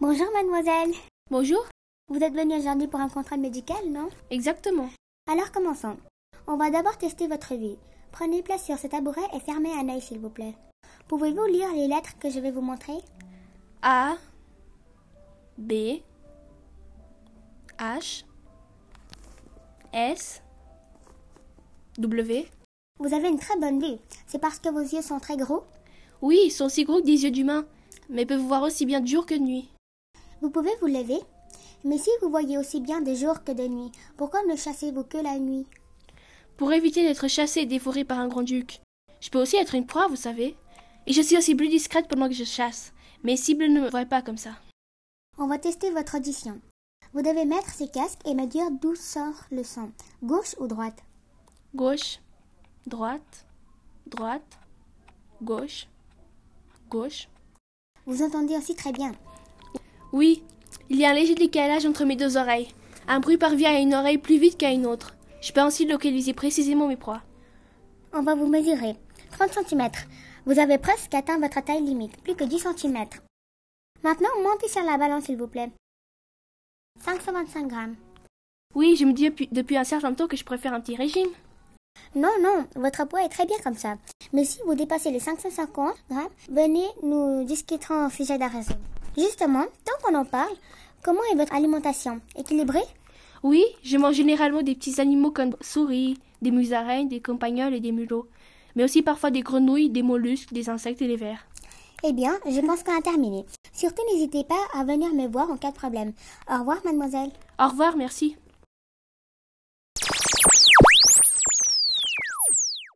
Bonjour mademoiselle. Bonjour. Vous êtes venue aujourd'hui pour un contrôle médical, non Exactement. Alors commençons. On va d'abord tester votre vie. Prenez place sur ce tabouret et fermez un œil s'il vous plaît. Pouvez-vous lire les lettres que je vais vous montrer A B H S W Vous avez une très bonne vue. C'est parce que vos yeux sont très gros Oui, ils sont si gros que des yeux d'humain, mais peuvent voir aussi bien de jour que de nuit. Vous pouvez vous lever. Mais si vous voyez aussi bien de jour que de nuit, pourquoi ne chassez-vous que la nuit Pour éviter d'être chassé et dévoré par un grand-duc. Je peux aussi être une proie, vous savez. Et je suis aussi plus discrète pendant que je chasse. Mes cibles ne me voient pas comme ça. On va tester votre audition. Vous devez mettre ces casques et me dire d'où sort le son, gauche ou droite. Gauche, droite, droite, gauche, gauche. Vous entendez aussi très bien. Oui, il y a un léger décalage entre mes deux oreilles. Un bruit parvient à une oreille plus vite qu'à une autre. Je peux ainsi localiser précisément mes proies. On va vous mesurer. 30 cm. Vous avez presque atteint votre taille limite, plus que 10 cm. Maintenant, montez sur la balance, s'il vous plaît. 525 grammes. Oui, je me dis depuis, depuis un certain temps que je préfère un petit régime. Non, non, votre poids est très bien comme ça. Mais si vous dépassez les 550 grammes, venez, nous discuterons au sujet d'un raison. Justement, tant qu'on en parle, comment est votre alimentation Équilibrée Oui, je mange généralement des petits animaux comme souris, des musaraignes, des campagnols et des mulots, mais aussi parfois des grenouilles, des mollusques, des insectes et des vers. Eh bien, je pense qu'on a terminé. Surtout, n'hésitez pas à venir me voir en cas de problème. Au revoir, mademoiselle. Au revoir, merci.